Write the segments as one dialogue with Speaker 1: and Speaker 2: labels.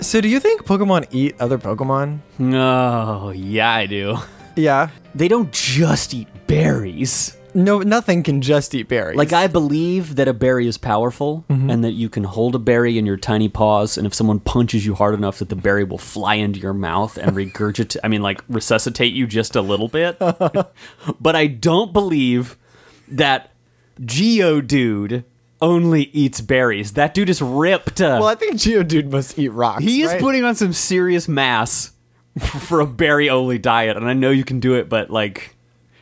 Speaker 1: So, do you think Pokemon eat other Pokemon?
Speaker 2: Oh, yeah, I do.
Speaker 1: Yeah.
Speaker 2: They don't just eat berries.
Speaker 1: No, nothing can just eat berries.
Speaker 2: Like, I believe that a berry is powerful and that you can hold a berry in your tiny paws, and if someone punches you hard enough, that the berry will fly into your mouth and regurgitate, I mean, like, resuscitate you just a little bit. but I don't believe that Geodude only eats berries. That dude is ripped.
Speaker 1: Well, I think Geodude must eat rocks.
Speaker 2: He is
Speaker 1: right?
Speaker 2: putting on some serious mass for a berry only diet, and I know you can do it, but like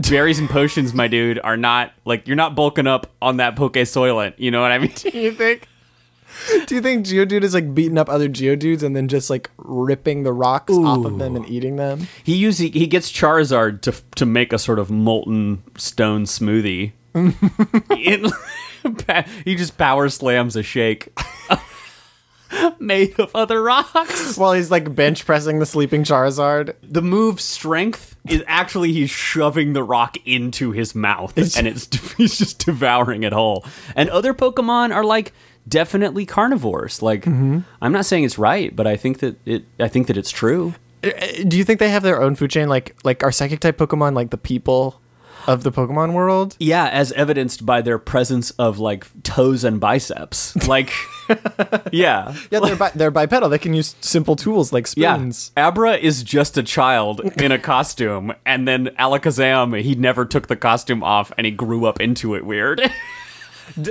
Speaker 2: berries and potions, my dude, are not like you're not bulking up on that poke soylent. You know what I mean?
Speaker 1: you think? Do you think Geodude is like beating up other Geodudes and then just like ripping the rocks off of them and eating them?
Speaker 2: He uses he gets Charizard to to make a sort of molten stone smoothie. It- he just power slams a shake made of other rocks.
Speaker 1: While he's like bench pressing the sleeping Charizard.
Speaker 2: the move strength is actually he's shoving the rock into his mouth and it's he's just devouring it whole. And other Pokemon are like definitely carnivores. Like I'm not saying it's right, but I think that it I think that it's true.
Speaker 1: Uh, Do you think they have their own food chain? Like, like are psychic type Pokemon like the people of the Pokemon world?
Speaker 2: Yeah, as evidenced by their presence of like toes and biceps. Like yeah.
Speaker 1: Yeah, they're bi- they're bipedal. They can use simple tools like
Speaker 2: Yeah,
Speaker 1: spoons.
Speaker 2: Abra is just a child in a costume, and then Alakazam, he never took the costume off, and he grew up into it weird.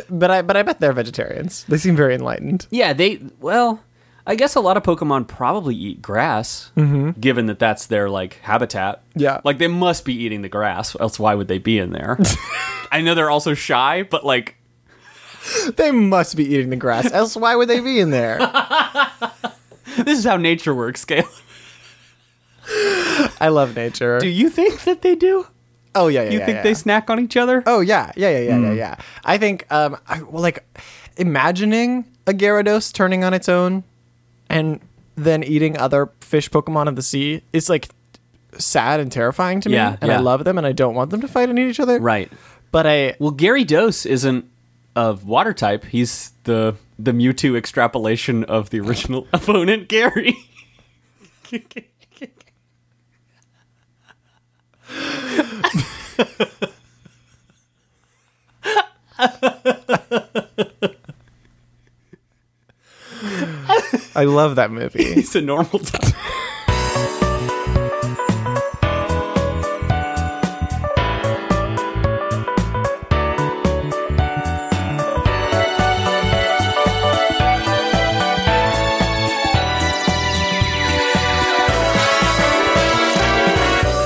Speaker 1: But I but I bet they're vegetarians. They seem very enlightened.
Speaker 2: Yeah, they well, I guess a lot of Pokemon probably eat grass, given that that's their like habitat.
Speaker 1: Mm-hmm. Yeah.
Speaker 2: like they must be eating the grass, else why would they be in there? I know they're also shy, but like,
Speaker 1: They must be eating the grass. Else, why would they be in there?
Speaker 2: this is how nature works, Caleb.
Speaker 1: I love nature.
Speaker 2: Do you think that they do?
Speaker 1: oh yeah, yeah.
Speaker 2: You
Speaker 1: yeah,
Speaker 2: think
Speaker 1: yeah.
Speaker 2: they Mm. snack on each other?
Speaker 1: Oh yeah, yeah, yeah, yeah, yeah, yeah. I think um, I, well, like imagining a Gyarados turning on its own, and then eating other fish Pokemon of the sea is like sad and terrifying to me.
Speaker 2: Yeah,
Speaker 1: and
Speaker 2: yeah.
Speaker 1: I love them, and I don't want them to fight and eat each other.
Speaker 2: Right.
Speaker 1: But I
Speaker 2: Well, Gary Dose isn't of water type. He's the the Mewtwo extrapolation of the original opponent, Gary.
Speaker 1: I love that movie.
Speaker 2: He's a normal type.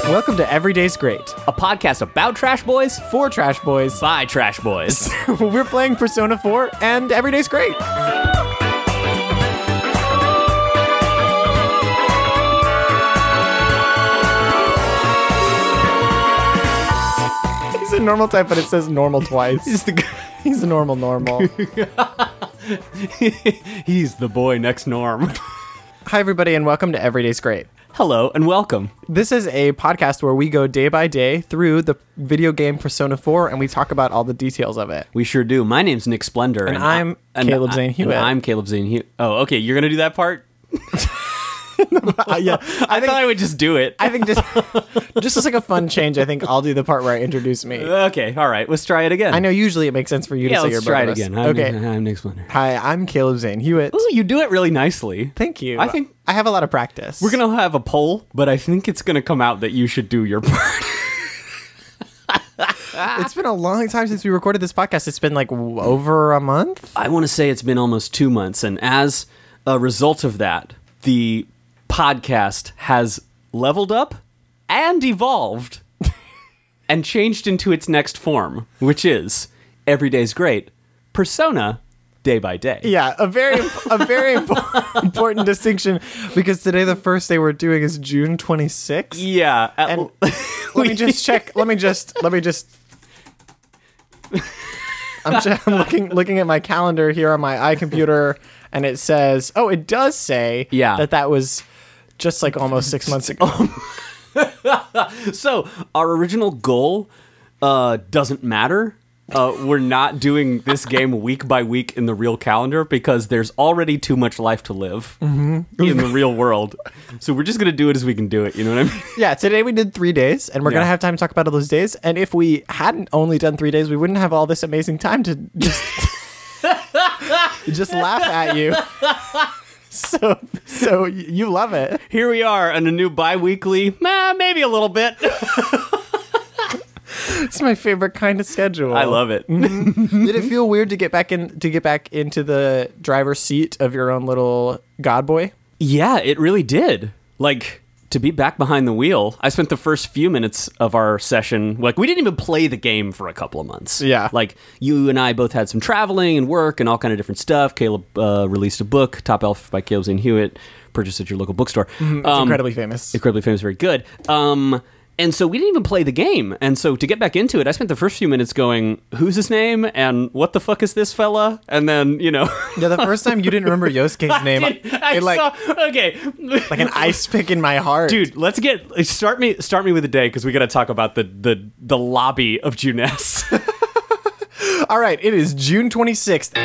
Speaker 1: Welcome to Everyday's Great
Speaker 2: a podcast about trash boys
Speaker 1: for Trash Boys.
Speaker 2: by trash boys.
Speaker 1: We're playing Persona 4 and Everyday's Great. He's a normal type, but it says normal twice.
Speaker 2: He's the
Speaker 1: He's a normal normal.
Speaker 2: he's the boy next norm.
Speaker 1: Hi, everybody, and welcome to Everyday's Great.
Speaker 2: Hello and welcome.
Speaker 1: This is a podcast where we go day by day through the video game Persona 4 and we talk about all the details of it.
Speaker 2: We sure do. My name's Nick Splendor, and,
Speaker 1: I'm Caleb Zane Hewitt.
Speaker 2: And I'm Caleb Zane Hewitt. Oh, okay. You're gonna do that part?
Speaker 1: Uh, yeah,
Speaker 2: I, thought I would just do it.
Speaker 1: I think just just as like a fun change, I think I'll do the part where I introduce me.
Speaker 2: okay. All right. Let's try it again.
Speaker 1: I know usually it makes sense for you
Speaker 2: Yeah.
Speaker 1: to say your
Speaker 2: Let's try it
Speaker 1: bonus.
Speaker 2: again. I'm,
Speaker 1: okay.
Speaker 2: Nick, I'm Nick Splendor.
Speaker 1: Hi, I'm Caleb Zane Hewitt.
Speaker 2: Ooh, you do it really nicely.
Speaker 1: Thank you.
Speaker 2: I think-
Speaker 1: I have a lot of practice.
Speaker 2: We're gonna have a poll, but I think it's gonna come out that you should do your part.
Speaker 1: It's been a long time since we recorded this podcast. It's been like w- over a month.
Speaker 2: I want to say it's been almost two months, and as a result of that, the podcast has leveled up and evolved and changed into its next form, which is every day's great persona day by day.
Speaker 1: Yeah, a very a very impo- important distinction because today the first day we're doing is June 26th.
Speaker 2: Yeah, uh, at-
Speaker 1: And let me just check. Let me just. Let me just. I'm, ju- I'm looking looking at my calendar here on my iComputer, and it says, "Oh, it does say
Speaker 2: Yeah.
Speaker 1: that that was just like almost six months ago."
Speaker 2: so our original goal uh, doesn't matter uh, we're not doing this game week by week in the real calendar because there's already too much life to live in the real world. So we're just gonna do it as we can do it. You know what I mean?
Speaker 1: Yeah, today we did three days, and we're
Speaker 2: Yeah.
Speaker 1: gonna have time to talk about all those days. And if we hadn't only done three days, we wouldn't have all this amazing time to just just laugh at you. So, so y- you love it.
Speaker 2: Here we are on a new bi-weekly, ah, maybe a little bit.
Speaker 1: It's my favorite kind of schedule.
Speaker 2: I love it.
Speaker 1: Did it
Speaker 2: Mm-hmm.
Speaker 1: feel weird to get back in to get back into the driver's seat of your own little god boy?
Speaker 2: Yeah, it really did. Like to be back behind the wheel. I spent the first few minutes of our session like we didn't even play the game for a couple of months.
Speaker 1: Yeah.
Speaker 2: Like you and I both had some traveling and work and all kind of different stuff. Caleb uh, released a book, Top Elf by Caleb Zane Hewitt, purchased at your local bookstore.
Speaker 1: Mm-hmm. It's
Speaker 2: Um,
Speaker 1: incredibly famous.
Speaker 2: incredibly famous, very good. Um, and so we didn't even play the game. And so to get back into it, I spent the first few minutes going, "Who's his name?" and "What the fuck is this fella?" And then you know,
Speaker 1: Yeah, the first time you didn't remember Yosuke's name,
Speaker 2: I
Speaker 1: it like
Speaker 2: saw okay,
Speaker 1: like an ice pick in my heart,
Speaker 2: dude let's get start me start me with the day because we gotta talk about the the the lobby of juness
Speaker 1: All right, it is June 26th.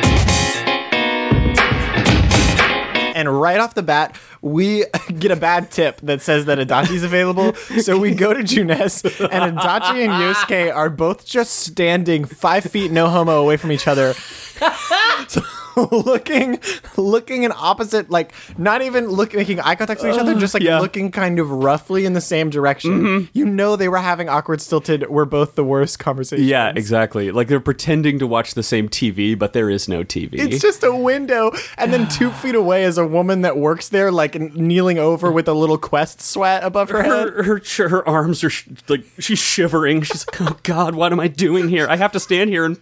Speaker 1: And right off the bat, we get a bad tip that says that Adachi's available. So we go to Junes, and Adachi and Yosuke are both just standing five feet, no homo, away from each other. So, looking, looking in opposite, like not even look, making eye contact with each other, just like
Speaker 2: yeah.
Speaker 1: looking kind of roughly in the same direction. You know they were having awkward, stilted, we're both the worst conversation.
Speaker 2: yeah exactly like they're pretending to watch the same tv but there is no tv
Speaker 1: It's just a window, and then two feet away is a woman that works there, like n- kneeling over with a little quest sweat above her head.
Speaker 2: her, her ch- her arms are sh- like she's shivering. She's like, "Oh God, what am I doing here? I have to stand here and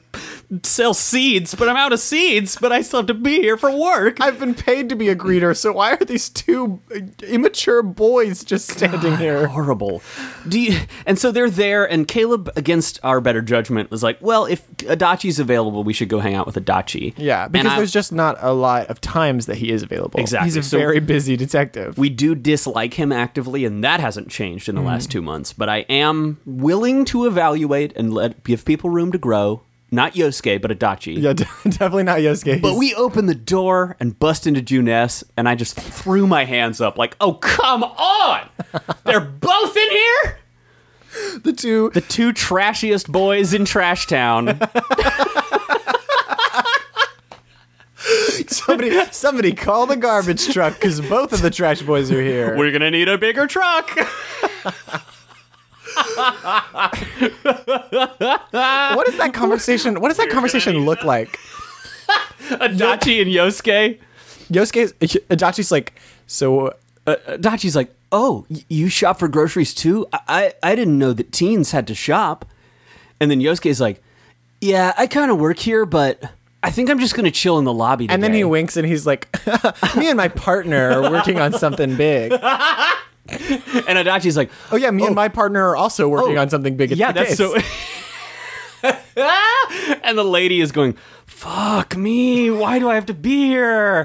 Speaker 2: sell seeds, but I'm out of seeds. But I still have to be here for work."
Speaker 1: I've been paid to be a greeter, so why are these two uh, immature boys just standing here?
Speaker 2: horrible. Do you, and so they're there, and Caleb, against our better judgment, was like, "Well, if Adachi's available, we should go hang out with Adachi."
Speaker 1: Yeah,
Speaker 2: And
Speaker 1: because
Speaker 2: I-
Speaker 1: there's just not a lot of times that he is available.
Speaker 2: Exactly,
Speaker 1: He's a
Speaker 2: so-
Speaker 1: very busy detective.
Speaker 2: we do dislike him actively, and that hasn't changed in the last two months. But I am willing to evaluate and let give people room to grow. Not Yosuke, but Adachi.
Speaker 1: yeah, de- definitely not Yosuke.
Speaker 2: But we opened the door and bust into Juness, and I just threw my hands up like, "Oh come on! They're both in here."
Speaker 1: the two.
Speaker 2: The two trashiest boys in Trash Town.
Speaker 1: Somebody, somebody call the garbage truck because both of the trash boys are here.
Speaker 2: We're gonna need a bigger truck.
Speaker 1: what does that conversation? What does that conversation look like?
Speaker 2: Adachi and Yosuke.
Speaker 1: Yosuke's Adachi's like, so
Speaker 2: Uh, Adachi's like, "Oh, y- you shop for groceries too? I I I didn't know that teens had to shop." And then Yosuke's like, "Yeah, I kind of work here, but I think I'm just gonna chill in the lobby."
Speaker 1: And then
Speaker 2: today."
Speaker 1: he winks and he's like, "Me and my partner are working on something big." Oh
Speaker 2: and Adachi's like,
Speaker 1: yeah, me and my partner are also working
Speaker 2: Oh.
Speaker 1: on something big. It's
Speaker 2: yeah,
Speaker 1: the
Speaker 2: that's so.
Speaker 1: case.
Speaker 2: and the lady is going, "Fuck me! Why do I have to be here?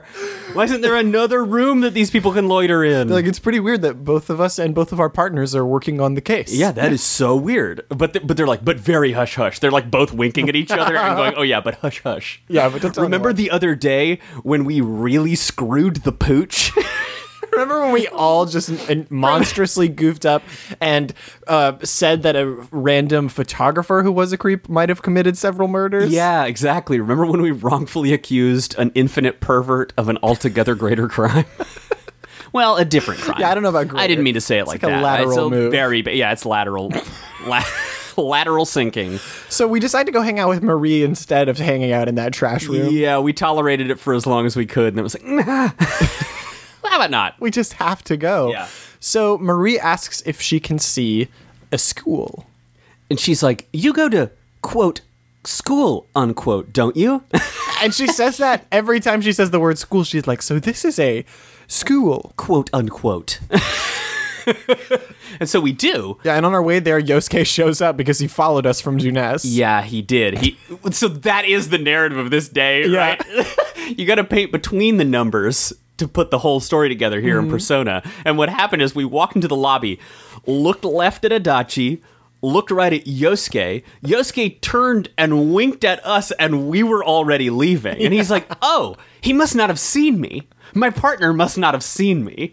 Speaker 2: Why isn't there another room that these people can loiter in?"
Speaker 1: like it's pretty weird that both of us and both of our partners are working on the case.
Speaker 2: yeah, that is so weird. But th- but they're like, but very hush hush. They're like both winking at each other and going, "Oh yeah, but hush hush."
Speaker 1: Yeah, but don't tell
Speaker 2: remember
Speaker 1: anyone.
Speaker 2: the other day when we really screwed the pooch?
Speaker 1: Remember when we all just n- monstrously goofed up and uh, said that a random photographer who was a creep might have committed several murders?
Speaker 2: yeah, exactly. Remember when we wrongfully accused an infinite pervert of an altogether greater crime? well, a different crime.
Speaker 1: Yeah, I don't know about
Speaker 2: I
Speaker 1: greater.
Speaker 2: didn't mean to say it like,
Speaker 1: like a
Speaker 2: that.
Speaker 1: lateral
Speaker 2: it's a
Speaker 1: move.
Speaker 2: Very ba- yeah, it's lateral, la- lateral sinking.
Speaker 1: So we decided to go hang out with Marie instead of hanging out in that trash room.
Speaker 2: Yeah, we tolerated it for as long as we could, and it was like, nah. how about not?
Speaker 1: We just have to go.
Speaker 2: Yeah.
Speaker 1: So Marie asks if she can see a school.
Speaker 2: And she's like, You go to quote school unquote, don't you?
Speaker 1: And she says that every time she says the word school, she's like, so this is a school.
Speaker 2: quote unquote. and so we do.
Speaker 1: Yeah, and on our way there, Yosuke shows up because he followed us from Junes.
Speaker 2: Yeah, he did. He so that is the narrative of this day,
Speaker 1: Yeah.
Speaker 2: right? you got to paint between the numbers to put the whole story together here in Persona. And what happened is we walked into the lobby, looked left at Adachi, looked right at Yosuke. Yosuke turned and winked at us, and we were already leaving. And he's like, oh, he must not have seen me. My partner must not have seen me.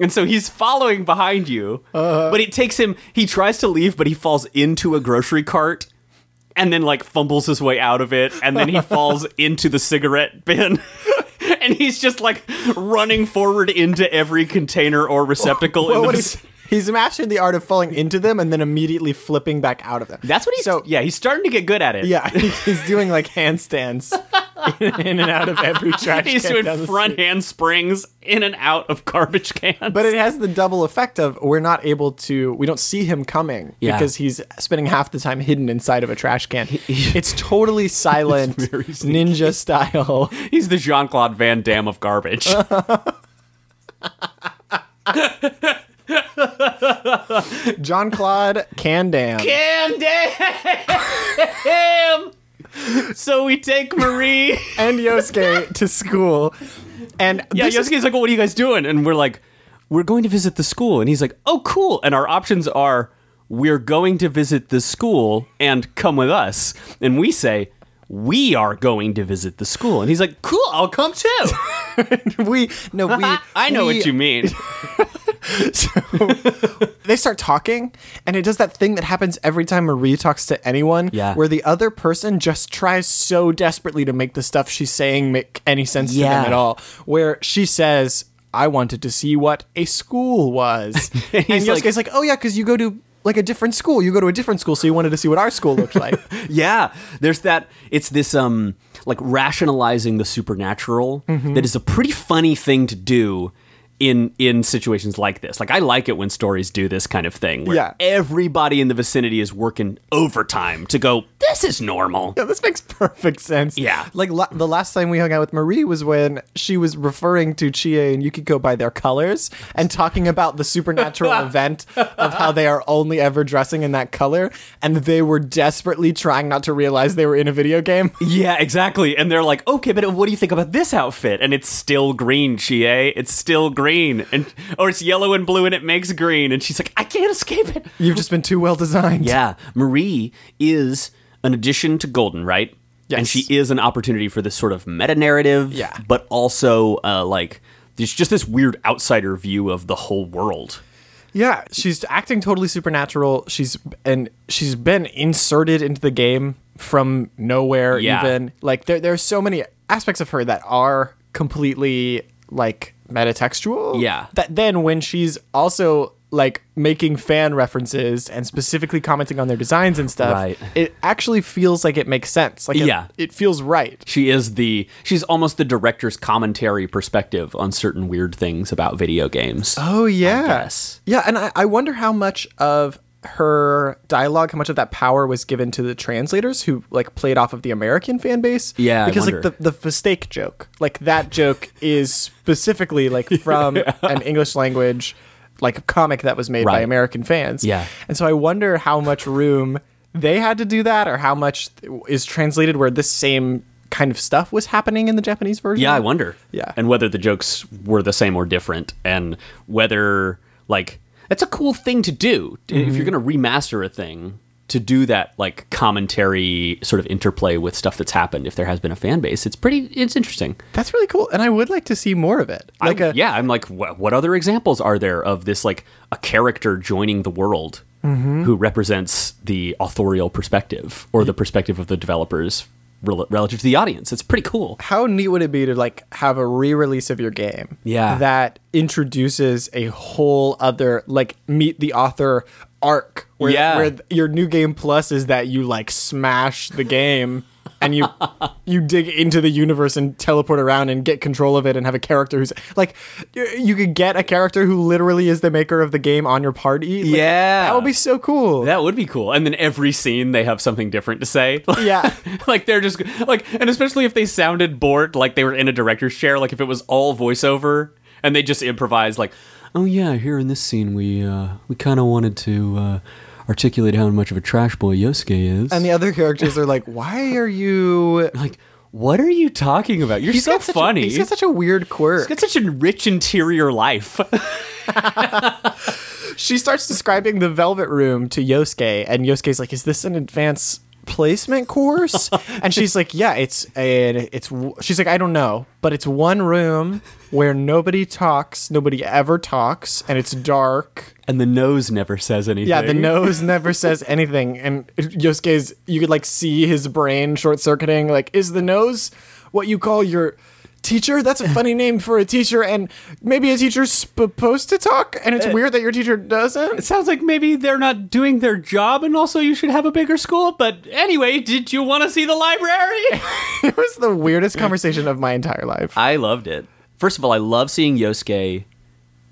Speaker 2: And so he's following behind you. But it takes him, he tries to leave, but he falls into a grocery cart and then like fumbles his way out of it and then he falls into the cigarette bin and he's just like running forward into every container or receptacle
Speaker 1: Well,
Speaker 2: in the
Speaker 1: what he's, he's mastered the art of falling into them and then immediately flipping back out of them.
Speaker 2: That's what he's
Speaker 1: So
Speaker 2: yeah, he's starting to get good at it.
Speaker 1: yeah, he's doing like handstands in, in and out of every trash
Speaker 2: He's
Speaker 1: can.
Speaker 2: doing
Speaker 1: down the
Speaker 2: front
Speaker 1: street.
Speaker 2: hand springs in and out of garbage cans.
Speaker 1: But it has the double effect of we're not able to, we don't see him coming
Speaker 2: Yeah.
Speaker 1: because he's spending half the time hidden inside of a trash can. it's totally silent,
Speaker 2: very sneaky.
Speaker 1: ninja style.
Speaker 2: he's the Jean Claude Van Damme of garbage.
Speaker 1: John Claude Candam.
Speaker 2: Damn, damn. So we take Marie.
Speaker 1: and Yosuke to school. And
Speaker 2: Yeah,
Speaker 1: this is-
Speaker 2: Yosuke's like, well, "What are you guys doing?" And we're like, "We're going to visit the school." And he's like, "Oh, cool." And our options are, "We're going to visit the school and come with us." And we say, "We are going to visit the school." And he's like, "Cool, I'll come too."
Speaker 1: we no we
Speaker 2: I know
Speaker 1: we-
Speaker 2: what you mean.
Speaker 1: They start talking and it does that thing that happens every time Marie talks to anyone
Speaker 2: Yeah.
Speaker 1: where the other person just tries so desperately to make the stuff she's saying make any sense to
Speaker 2: Yeah.
Speaker 1: them at all where she says I wanted to see what a school was. and
Speaker 2: he's like-
Speaker 1: Yosuke's like, "Oh yeah, cuz you go to like a different school. You go to a different school, so you wanted to see what our school looked like."
Speaker 2: Yeah, there's that. It's this um like rationalizing the supernatural that is a pretty funny thing to do in in situations like this. Like I like it when stories do this kind of thing where
Speaker 1: Yeah.
Speaker 2: everybody in the vicinity is working overtime to go. This is normal.
Speaker 1: Yeah, this makes perfect sense.
Speaker 2: Yeah.
Speaker 1: Like la- the last time we hung out with Marie was when she was referring to Chie and Yukiko by their colors and talking about the supernatural event of how they are only ever dressing in that color and they were desperately trying not to realize they were in a video game.
Speaker 2: Yeah, exactly. And they're like, okay, but what do you think about this outfit? And it's still green, Chie. It's still green, and or it's yellow and blue, and it makes green. And she's like, I can't escape it.
Speaker 1: You've just been too well designed.
Speaker 2: Yeah, Marie is an addition to Golden, right?
Speaker 1: Yes.
Speaker 2: And she is an opportunity for this sort of meta narrative,
Speaker 1: Yeah.
Speaker 2: but also uh, like there's just this weird outsider view of the whole world.
Speaker 1: Yeah, she's acting totally supernatural. She's and she's been inserted into the game from nowhere.
Speaker 2: Yeah.
Speaker 1: Even like there, there's so many aspects of her that are completely like metatextual.
Speaker 2: Yeah.
Speaker 1: That then when she's also like making fan references and specifically commenting on their designs and stuff,
Speaker 2: Right.
Speaker 1: it actually feels like it makes sense. Like it-
Speaker 2: Yeah.
Speaker 1: it feels right.
Speaker 2: She is the she's almost the director's commentary perspective on certain weird things about video games.
Speaker 1: Oh yeah.
Speaker 2: guess.
Speaker 1: Yeah, and I, I wonder how much of her dialogue, how much of that power was given to the translators who like played off of the American fan base.
Speaker 2: Yeah, I
Speaker 1: Because
Speaker 2: wonder.
Speaker 1: like the, the mistake joke. Like that joke is specifically like from an English language like comic that was made by
Speaker 2: Right.
Speaker 1: American fans.
Speaker 2: Yeah.
Speaker 1: And so I wonder how much room they had to do that or how much is translated where this same kind of stuff was happening in the Japanese version.
Speaker 2: Yeah, I wonder.
Speaker 1: Yeah.
Speaker 2: And whether the jokes were the same or different and whether like that's a cool thing to do t- if you're
Speaker 1: Mm-hmm.
Speaker 2: going to remaster a thing to do that like commentary sort of interplay with stuff that's happened if there has been a fan base. It's pretty it's interesting.
Speaker 1: That's really cool. And I would like to see more of it. Like
Speaker 2: I,
Speaker 1: a
Speaker 2: yeah, I'm like what, what other examples are there of this like a character joining the world
Speaker 1: Mm-hmm.
Speaker 2: who represents the authorial perspective or the perspective of the developers rel- relative to the audience. It's pretty cool.
Speaker 1: how neat would it be to like have a re-release of your game
Speaker 2: Yeah.
Speaker 1: that introduces a whole other like meet the author arc where,
Speaker 2: Yeah.
Speaker 1: where th- your new game plus is that you like smash the game and you you dig into the universe and teleport around and get control of it and have a character who's like y- you could get a character who literally is the maker of the game on your party Like,
Speaker 2: Yeah.
Speaker 1: that would be so cool
Speaker 2: That would be cool. And then every scene they have something different to say.
Speaker 1: Yeah.
Speaker 2: like they're just like and especially if they sounded bored like they were in a director's chair like if it was all voiceover and they just improvised like
Speaker 3: Oh yeah, here in this scene we uh, we kind of wanted to uh, articulate how much of a trash boy Yosuke is.
Speaker 1: and the other characters are like why are you
Speaker 2: like what are you talking about? You're
Speaker 1: He's
Speaker 2: so
Speaker 1: got such a-
Speaker 2: funny.
Speaker 1: he's got such a weird quirk
Speaker 2: He's got such a rich interior life.
Speaker 1: she starts describing the Velvet Room to Yosuke, and Yosuke's like, "Is this an advanced placement course?" and she's like, "Yeah, it's a, it's." w- She's like, "I don't know, but it's one room where nobody talks, nobody ever talks, and it's dark."
Speaker 2: and the nose never says anything.
Speaker 1: Yeah, the nose never says anything, and Yosuke's you could like see his brain short circuiting. Like, is the nose what you call your teacher? That's a funny name for a teacher, and maybe a teacher's supposed to talk, and it's weird that your teacher
Speaker 2: It
Speaker 1: doesn't.
Speaker 2: sounds like maybe they're not doing their job, and also you should have a bigger school. But anyway, did you want to see the library?
Speaker 1: It was the weirdest conversation of my entire life.
Speaker 2: I loved it. First of all, I love seeing Yosuke,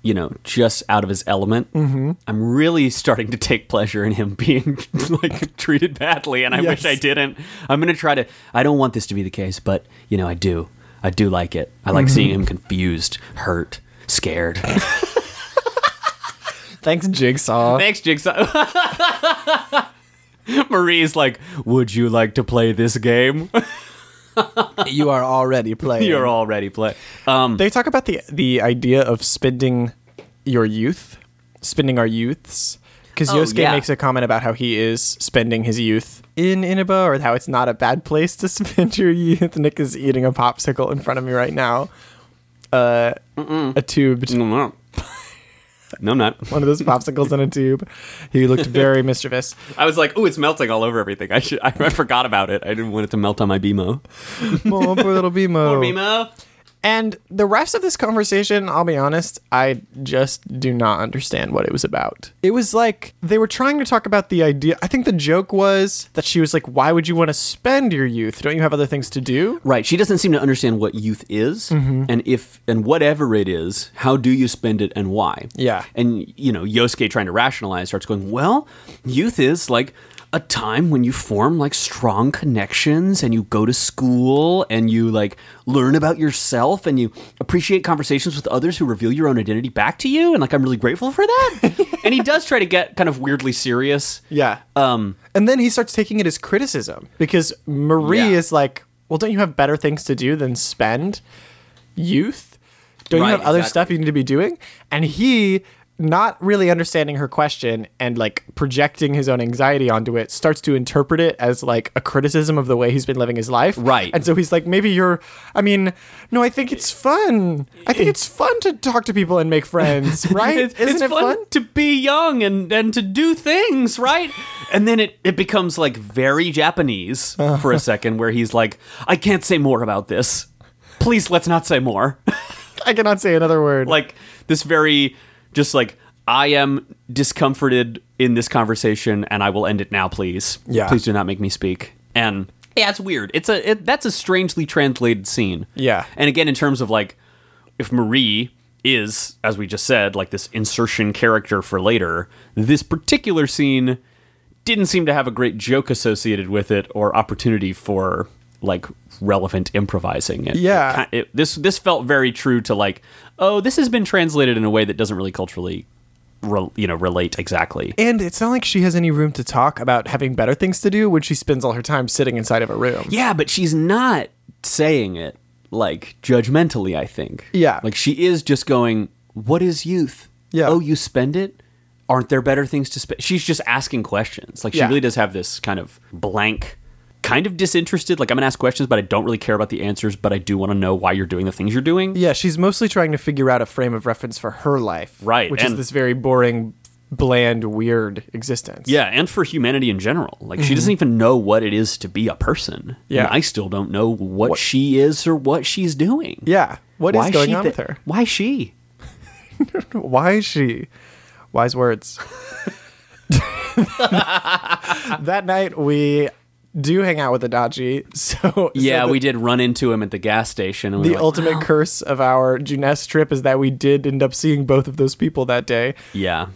Speaker 2: you know, just out of his element. Mm-hmm. I'm really starting to take pleasure in him being like treated badly, and I
Speaker 1: Yes.
Speaker 2: wish I didn't. I'm gonna try to. I don't want this to be the case, but you know, I do. I do like it. I like seeing him confused, hurt, scared.
Speaker 1: Thanks, Jigsaw.
Speaker 2: Thanks, Jigsaw. Marie's like, would you like to play this game?
Speaker 1: You are already playing.
Speaker 2: You're already play. Um,
Speaker 1: They talk about the the idea of spending your youth, spending our youths. Because
Speaker 2: Oh,
Speaker 1: Yosuke
Speaker 2: yeah.
Speaker 1: makes a comment about how he is spending his youth in Inaba, or how it's not a bad place to spend your youth. Nick is eating a popsicle in front of me right now, uh, a tubed
Speaker 2: no, I'm not.
Speaker 1: one of those popsicles in a tube. He looked very mischievous.
Speaker 2: I was like, "Ooh, it's melting all over everything." I should. I, I forgot about it. I didn't want it to melt on my BMO.
Speaker 1: Oh, poor little Bimo.
Speaker 2: BMO.
Speaker 1: And the rest of this conversation, I'll be honest, I just do not understand what it was about. It was like they were trying to talk about the idea. I think the joke was that she was like, Why would you want to spend your youth? Don't you have other things to do?
Speaker 2: Right. She doesn't seem to understand what youth is, and if and whatever it is, how do you spend it and why?
Speaker 1: Yeah.
Speaker 2: And you know, Yosuke trying to rationalize starts going, "Well, youth is like." A time when you form like strong connections and you go to school and you like learn about yourself and you appreciate conversations with others who reveal your own identity back to you. And like, I'm really grateful for that. and he does try to get kind of weirdly serious.
Speaker 1: Yeah.
Speaker 2: Um,
Speaker 1: and then he starts taking it as criticism because Marie
Speaker 2: Yeah.
Speaker 1: is like, Well, don't you have better things to do than spend youth? Don't
Speaker 2: Right,
Speaker 1: you have other
Speaker 2: exactly.
Speaker 1: stuff you need to be doing? And he, not really understanding her question and like projecting his own anxiety onto it, starts to interpret it as like a criticism of the way he's been living his life.
Speaker 2: Right.
Speaker 1: And so he's like, maybe you're, I mean, no, I think it's fun. I think it's fun to talk to people and make friends, right?
Speaker 2: It's,
Speaker 1: Isn't
Speaker 2: it's
Speaker 1: it
Speaker 2: fun,
Speaker 1: fun?
Speaker 2: to be young and, and to do things, right? and then it, it becomes like very Japanese for
Speaker 1: Uh-huh.
Speaker 2: a second, where he's like, I can't say more about this. Please, let's not say more.
Speaker 1: I cannot say another word.
Speaker 2: like, this very, just like, I am discomforted in this conversation and I will end it now, please.
Speaker 1: Yeah.
Speaker 2: Please do not make me speak. And yeah, it's weird. It's a it, that's a strangely translated scene.
Speaker 1: Yeah.
Speaker 2: And again, in terms of like, if Marie is, as we just said, like this insertion character for later, this particular scene didn't seem to have a great joke associated with it or opportunity for like relevant improvising. It,
Speaker 1: Yeah.
Speaker 2: it ki- it- this this felt very true to like, oh, this has been translated in a way that doesn't really culturally, re- you know, relate exactly.
Speaker 1: And it's not like she has any room to talk about having better things to do when she spends all her time sitting inside of a room.
Speaker 2: Yeah, but she's not saying it like judgmentally, I think.
Speaker 1: Yeah.
Speaker 2: Like she is just going, What is youth?
Speaker 1: Yeah.
Speaker 2: Oh, you spend it? Aren't there better things to spend? She's just asking questions. Like she
Speaker 1: Yeah.
Speaker 2: really does have this kind of blank, kind of disinterested. Like I'm going to ask questions, but I don't really care about the answers, but I do want to know why you're doing the things you're doing.
Speaker 1: Yeah, she's mostly trying to figure out a frame of reference for her life.
Speaker 2: Right,
Speaker 1: Which is
Speaker 2: and-
Speaker 1: this very boring, bland, weird existence.
Speaker 2: Yeah, and for humanity in general. Like she doesn't even know what it is to be a person.
Speaker 1: Mm-hmm. Yeah.
Speaker 2: And I still don't know what, she is or what she's doing.
Speaker 1: Yeah. What is
Speaker 2: Why
Speaker 1: going
Speaker 2: she
Speaker 1: on
Speaker 2: thi-
Speaker 1: with her?
Speaker 2: Why she?
Speaker 1: Why is she? Wise words. that night we do hang out with Adachi. So
Speaker 2: Yeah,
Speaker 1: so the,
Speaker 2: we did run into him at the gas station. And we
Speaker 1: The
Speaker 2: were like,
Speaker 1: ultimate curse of our Juness trip is that we did end up seeing both of those people that day.
Speaker 2: yeah,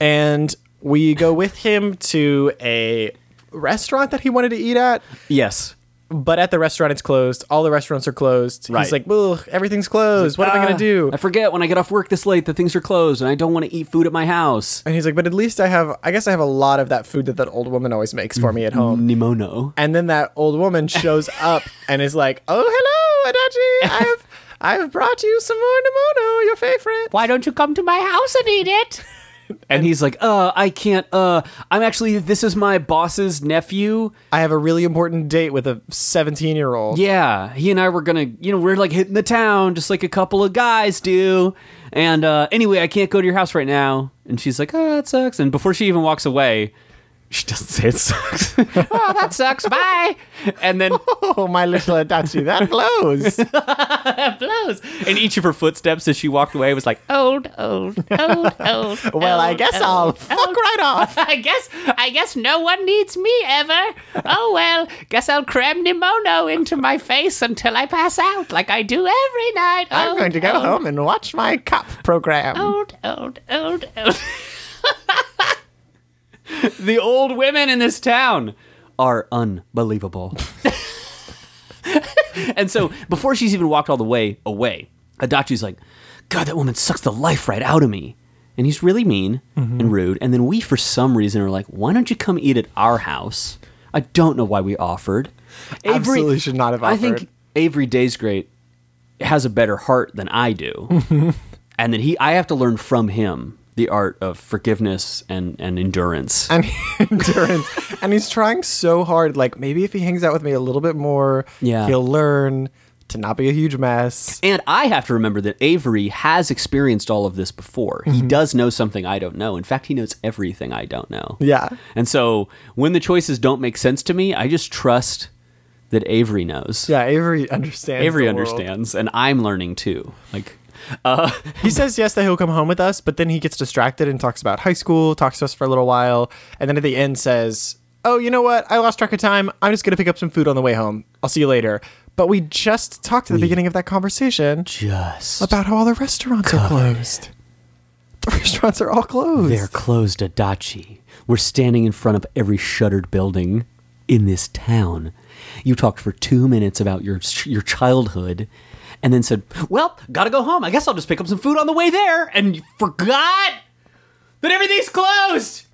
Speaker 1: and we go with him to a restaurant that he wanted to eat at
Speaker 2: yes,
Speaker 1: but at the restaurant it's closed all the restaurants are closed he's
Speaker 2: Right.
Speaker 1: like well everything's closed what am i going to
Speaker 2: Ah,
Speaker 1: do
Speaker 2: I forget when I get off work this late that things are closed, and I don't want to eat food at my house.
Speaker 1: and he's like but at least i have i guess i have a lot of that food that that old woman always makes for me at home
Speaker 2: Nimono.
Speaker 1: and then that old woman shows up and is like oh hello adachi i have i have brought you some more nimono your favorite
Speaker 2: Why don't you come to my house and eat it? and he's like, "Uh, I can't. Uh, I'm actually. This is my boss's nephew.
Speaker 1: I have a really important date with a 17 year old.
Speaker 2: Yeah, he and I were gonna. You know, we're like hitting the town, just like a couple of guys do. And uh, anyway, I can't go to your house right now. And she's like, "Oh, that sucks." And before she even walks away, she doesn't say it sucks. oh, that sucks. Bye. And then
Speaker 1: Oh, my little Adachi, that blows.
Speaker 2: blows. And each of her footsteps as she walked away was like, old, old, old, old.
Speaker 1: well, I
Speaker 2: old,
Speaker 1: guess
Speaker 2: old,
Speaker 1: I'll fuck
Speaker 2: old.
Speaker 1: right off.
Speaker 2: I guess I guess no one needs me ever. Oh well, guess I'll cram Nimono into my face until I pass out like I do every night.
Speaker 1: I'm
Speaker 2: Old,
Speaker 1: going to go
Speaker 2: old,
Speaker 1: home and watch my cop program.
Speaker 2: Old, old, old, old. the old women in this town are unbelievable. and so before she's even walked all the way away, Adachi's like, God, that woman sucks the life right out of me. And he's really mean
Speaker 1: Mm-hmm.
Speaker 2: and rude. And then we, for some reason, are like, why don't you come eat at our house? I don't know why we offered.
Speaker 1: Absolutely should not have
Speaker 2: I think
Speaker 1: offered.
Speaker 2: Avery Daysgreat has a better heart than I do. and then he, I have to learn from him the art of forgiveness and, and endurance.
Speaker 1: and endurance. and he's trying so hard. Like maybe if he hangs out with me a little bit more,
Speaker 2: Yeah.
Speaker 1: he'll learn to not be a huge mess.
Speaker 2: And I have to remember that Avery has experienced all of this before. He
Speaker 1: Mm-hmm.
Speaker 2: does know something I don't know. In fact, he knows everything I don't know.
Speaker 1: Yeah.
Speaker 2: And so when the choices don't make sense to me, I just trust that Avery knows.
Speaker 1: Yeah, Avery understands.
Speaker 2: Avery
Speaker 1: the world.
Speaker 2: understands, and I'm learning too. Like,
Speaker 1: He says yes that he'll come home with us, but then he gets distracted and talks about high school, talks to us for a little while, and then at the end says, "Oh, you know what? I lost track of time. I'm just gonna pick up some food on the way home. I'll see you later." But we just talked at the beginning of that conversation
Speaker 3: Just.
Speaker 1: about how all the restaurants are closed. The restaurants are all closed.
Speaker 3: They're closed, Adachi. We're standing in front of every shuttered building in this town. You talked for two minutes about your your childhood, and then said,
Speaker 2: well, gotta go home. I guess I'll just pick up some food on the way there. And you forgot that everything's closed.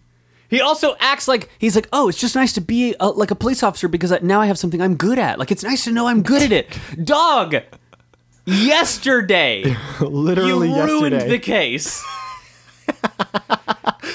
Speaker 2: He also acts like he's like, oh, it's just nice to be uh like a police officer because I, now I have something I'm good at. Like it's nice to know I'm good at it. Dog, yesterday.
Speaker 1: literally
Speaker 2: you
Speaker 1: yesterday.
Speaker 2: ruined the case.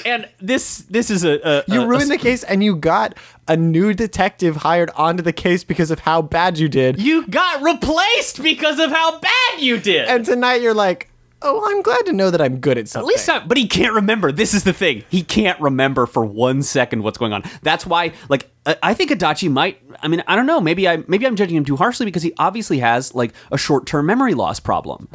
Speaker 2: and this this is a, a
Speaker 1: You
Speaker 2: a- a
Speaker 1: ruined the case and you got a new detective hired onto the case because of how bad you did.
Speaker 2: you got replaced because of how bad you did.
Speaker 1: And tonight you're like, oh, I'm glad to know that I'm good at something.
Speaker 2: at least I, but he can't remember. This is the thing. He can't remember for one second what's going on. That's why, like, I I think Adachi might. I mean, I don't know. Maybe I maybe I'm judging him too harshly because he obviously has like a short term memory loss problem.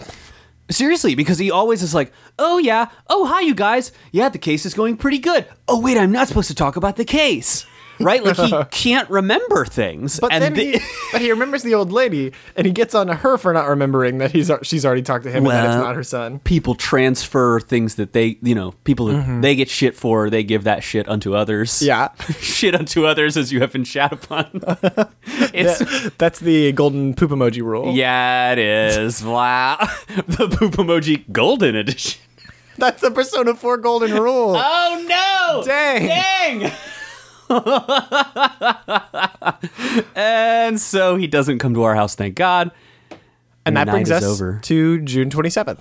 Speaker 2: Seriously, because he always is like, oh yeah, oh hi you guys, yeah the case is going pretty good. Oh wait, I'm not supposed to talk about the case, right? Like he can't remember things.
Speaker 1: but
Speaker 2: and
Speaker 1: then
Speaker 2: thi-
Speaker 1: he, but he remembers the old lady and he gets on to her for not remembering that he's she's already talked to him and that it's
Speaker 2: Well-
Speaker 1: not her son.
Speaker 2: people transfer things that they you know people that they get shit for they give that shit unto others
Speaker 1: Mm-hmm. Yeah.
Speaker 2: shit unto others as you have been shat upon it's
Speaker 1: That's the golden poop emoji rule.
Speaker 2: yeah it is wow the poop emoji golden edition
Speaker 1: That's the Persona 4 golden rule.
Speaker 2: oh no
Speaker 1: Dang.
Speaker 2: dang and so he doesn't come to our house thank god
Speaker 1: and that
Speaker 2: night
Speaker 1: brings
Speaker 2: is
Speaker 1: us
Speaker 2: over.
Speaker 1: to June 27th.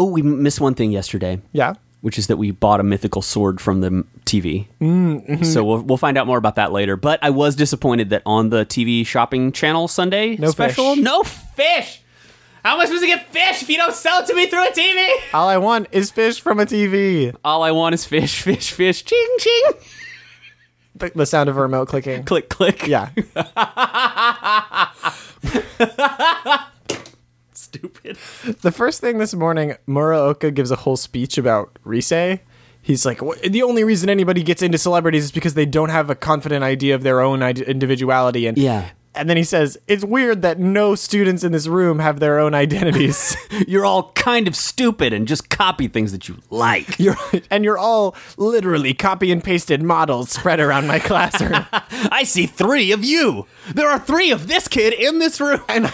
Speaker 2: oh we missed one thing yesterday
Speaker 1: Yeah.
Speaker 2: which is that we bought a mythical sword from the m- TV.
Speaker 1: Mm, mm-hmm.
Speaker 2: So we'll, we'll find out more about that later. But I was disappointed that on the TV shopping channel Sunday
Speaker 1: No
Speaker 2: special,
Speaker 1: fish.
Speaker 2: no fish. How am I supposed to get fish if you don't sell it to me through a TV?
Speaker 1: All I want is fish from a TV.
Speaker 2: All I want is fish, fish, fish, ching, ching.
Speaker 1: The, the sound of a remote clicking.
Speaker 2: Click, click.
Speaker 1: Yeah.
Speaker 2: Stupid.
Speaker 1: The first thing this morning, Muraoka gives a whole speech about Risei. He's like, "Wh- the only reason anybody gets into celebrities is because they don't have a confident idea of their own ide- individuality. And
Speaker 3: Yeah.
Speaker 1: And then he says, it's weird that no students in this room have their own identities.
Speaker 2: You're all kind of stupid and just copy things that you like.
Speaker 1: you're, and you're all literally copy and pasted models spread around my classroom.
Speaker 2: I see three of you. There are three of this kid in this room.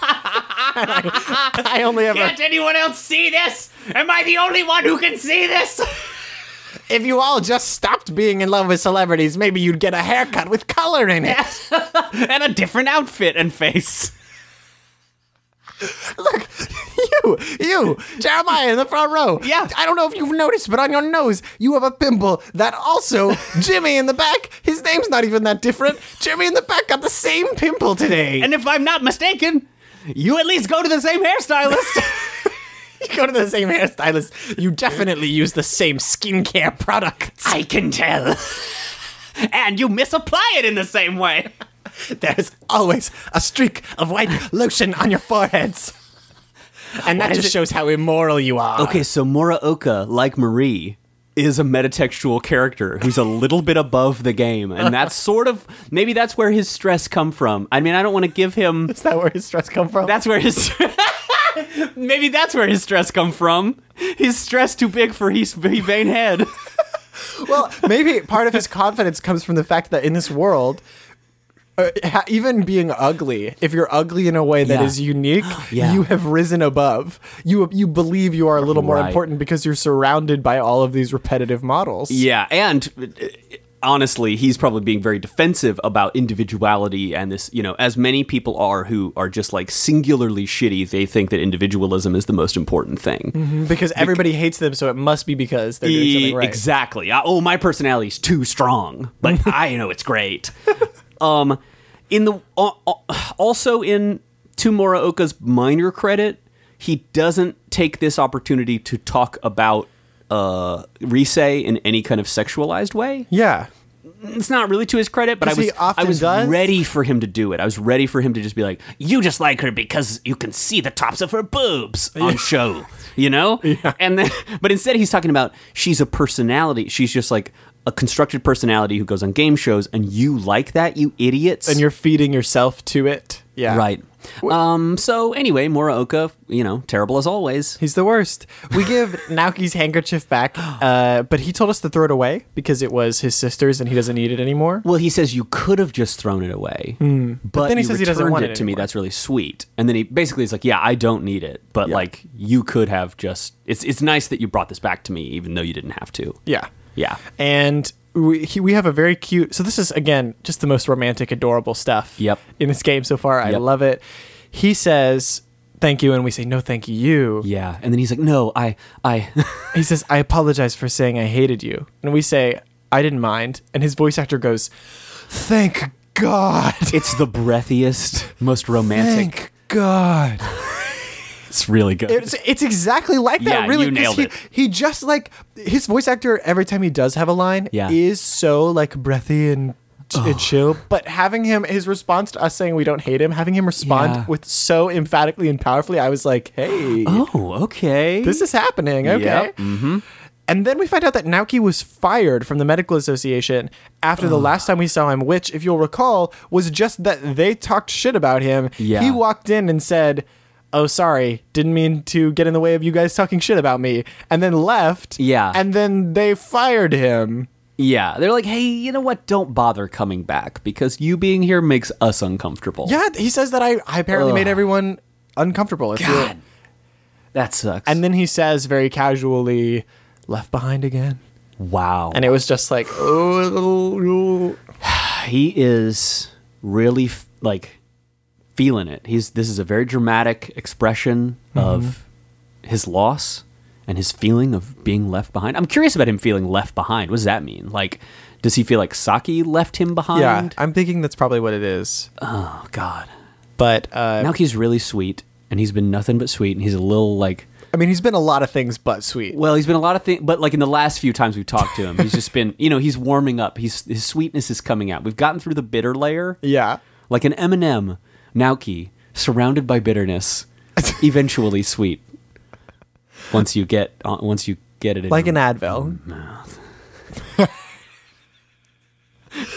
Speaker 1: I only have a,
Speaker 2: anyone else see this? Am I the only one who can see this?
Speaker 1: if you all just stopped being in love with celebrities, maybe you'd get a haircut with color in it.
Speaker 2: and a different outfit and face.
Speaker 1: Look, you you, you, Jeremiah in the front row. Yeah. I don't know if you've noticed, but on your nose, you have a pimple that also Jimmy in the back, his name's not even that different. Jimmy in the back got the same pimple today.
Speaker 4: And if I'm not mistaken, you at least go to the same hairstylist.
Speaker 1: you go to the same hairstylist, you definitely use the same skincare products.
Speaker 4: I can tell. And you misapply it in the same way.
Speaker 1: There's always a streak of white lotion on your foreheads. And that just shows how immoral you are.
Speaker 2: Okay, so Moraoka, like Marie, is a metatextual character who's a little bit above the game, and that's sort of maybe that's where his stress come from. I mean, I don't want to give him.
Speaker 1: Is that where his stress come from?
Speaker 2: That's where his. maybe that's where his stress come from. His stress too big for his his vain head.
Speaker 1: well, maybe part of his confidence comes from the fact that in this world, uh, ha- even being ugly, if you're ugly in a way that
Speaker 2: Yeah.
Speaker 1: is unique,
Speaker 2: Yeah.
Speaker 1: you have risen above. You you believe you are a little more
Speaker 2: Right.
Speaker 1: important because you're surrounded by all of these repetitive models.
Speaker 2: Yeah, and uh, honestly, he's probably being very defensive about individuality and this, you know, as many people are who are just like singularly shitty, they think that individualism is the most important thing.
Speaker 1: Mm, Because everybody hates them, so it must be because they're Mm-hmm. doing something
Speaker 2: E-
Speaker 1: right.
Speaker 2: Exactly. I, oh, my personality's too strong, but I know it's great. um, in the uh, also in to Moraoka's minor credit, he doesn't take this opportunity to talk about uh Risei in any kind of sexualized way.
Speaker 1: Yeah.
Speaker 2: It's not really to his credit, but I
Speaker 1: 'Cause he
Speaker 2: was I
Speaker 1: often
Speaker 2: was
Speaker 1: does.
Speaker 2: ready for him to do it. I was ready for him to just be like,
Speaker 4: You just like her because you can see the tops of her boobs on show, you know?
Speaker 2: and then but instead he's talking about she's a personality she's just like a constructed personality who goes on game shows and you like that you idiots
Speaker 1: And you're feeding yourself to it. Yeah.
Speaker 2: right um so anyway moraoka you know terrible as always
Speaker 1: He's the worst. We give Naoki's handkerchief back, uh, but he told us to throw it away because it was his sister's and he doesn't need it anymore.
Speaker 2: well he says you could have just thrown it away but,
Speaker 1: Hmm. then he
Speaker 2: you
Speaker 1: says he doesn't
Speaker 2: returned
Speaker 1: want it
Speaker 2: to me
Speaker 1: anymore.
Speaker 2: that's really sweet and then he basically is like yeah i don't need it but like you could have just it's it's nice that you brought this back to me even though you didn't have to
Speaker 1: Yeah.
Speaker 2: yeah
Speaker 1: and we he, we have a very cute. So this is again just the most romantic, adorable stuff.
Speaker 2: Yep.
Speaker 1: In this game so far, I
Speaker 2: Yep.
Speaker 1: love it. He says thank you, and we say no, thank you.
Speaker 2: yeah and then he's like no i i
Speaker 1: He says I apologize for saying I hated you, and we say I didn't mind. And his voice actor goes, thank God,
Speaker 2: It's the breathiest, most romantic.
Speaker 1: thank God.
Speaker 2: It's really good.
Speaker 1: It's it's exactly like that.
Speaker 2: Yeah,
Speaker 1: really,
Speaker 2: you
Speaker 1: 'cause
Speaker 2: nailed
Speaker 1: he,
Speaker 2: it.
Speaker 1: He just like his voice actor every time he does have a line
Speaker 2: Yeah.
Speaker 1: is so like breathy and, and chill. But having him, his response to us saying we don't hate him, having him respond
Speaker 2: Yeah.
Speaker 1: with so emphatically and powerfully, I was like, hey,
Speaker 2: oh, okay.
Speaker 1: this is happening. Okay. Mm-hmm. And then we find out that Naoki was fired from the medical association after the last time we saw him, which, if you'll recall, was just that they talked shit about him.
Speaker 2: Yeah.
Speaker 1: He walked in and said, Oh, sorry, didn't mean to get in the way of you guys talking shit about me, and then left.
Speaker 2: Yeah.
Speaker 1: And then they fired him.
Speaker 2: yeah, they're like, hey, you know what? Don't bother coming back because you being here makes us uncomfortable.
Speaker 1: Yeah, he says that I, I apparently
Speaker 2: Ugh.
Speaker 1: made everyone uncomfortable. If you-
Speaker 2: God, that sucks.
Speaker 1: And then he says very casually, Left behind again.
Speaker 2: wow,
Speaker 1: And it was just like, oh,
Speaker 2: he is really f- like feeling it. He's this is a very dramatic expression of his loss and his feeling of being left behind. I'm curious about him feeling left behind. What does that mean? Like, does he feel like Saki left him
Speaker 1: Yeah,
Speaker 2: behind?
Speaker 1: I'm thinking that's probably what it is.
Speaker 2: Oh God.
Speaker 1: But uh,
Speaker 2: Now he's really sweet, and he's been nothing but sweet, and he's a little like.
Speaker 1: I mean, he's been a lot of things but sweet.
Speaker 2: Well, he's been a lot of things, but like in the last few times we've talked to him, he's just been, you know, he's warming up. He's his sweetness is coming out. We've gotten through the bitter layer,
Speaker 1: Yeah,
Speaker 2: like an Eminem, Nauki, surrounded by bitterness, eventually sweet. Once you get, uh, once you get it, in
Speaker 1: like
Speaker 2: your
Speaker 1: an Advil.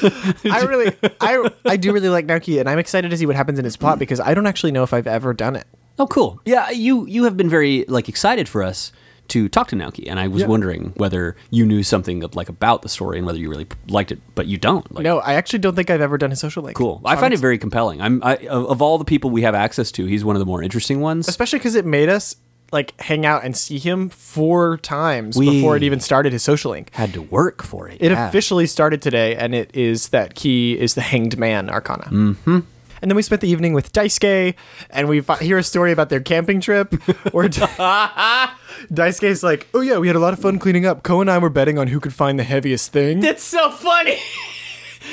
Speaker 1: I really, I, I do really like Naoki, and I'm excited to see what happens in his plot because I don't actually know if I've ever done it.
Speaker 2: Oh, cool. Yeah, you you have been very like excited for us to talk to Naoki, and I was
Speaker 1: Yeah.
Speaker 2: wondering whether you knew something of, like about the story and whether you really liked it, but you don't. Like,
Speaker 1: No, I actually don't think I've ever done his social link.
Speaker 2: Cool. I find it very compelling. I'm I, of of all the people we have access to, he's one of the more interesting ones.
Speaker 1: especially because it made us like hang out and see him four times
Speaker 2: We-
Speaker 1: before it even started his social link.
Speaker 2: Had to work for it.
Speaker 1: It
Speaker 2: yeah.
Speaker 1: officially started today, and it is that key is the Hanged Man Arcana. Mm-hmm. And then we spent the evening with Daisuke, and we fi- hear a story about their camping trip where Da- Daisuke's like, "Oh yeah, we had a lot of fun cleaning up. Ko and I were betting on who could find the heaviest thing."
Speaker 2: It's so funny.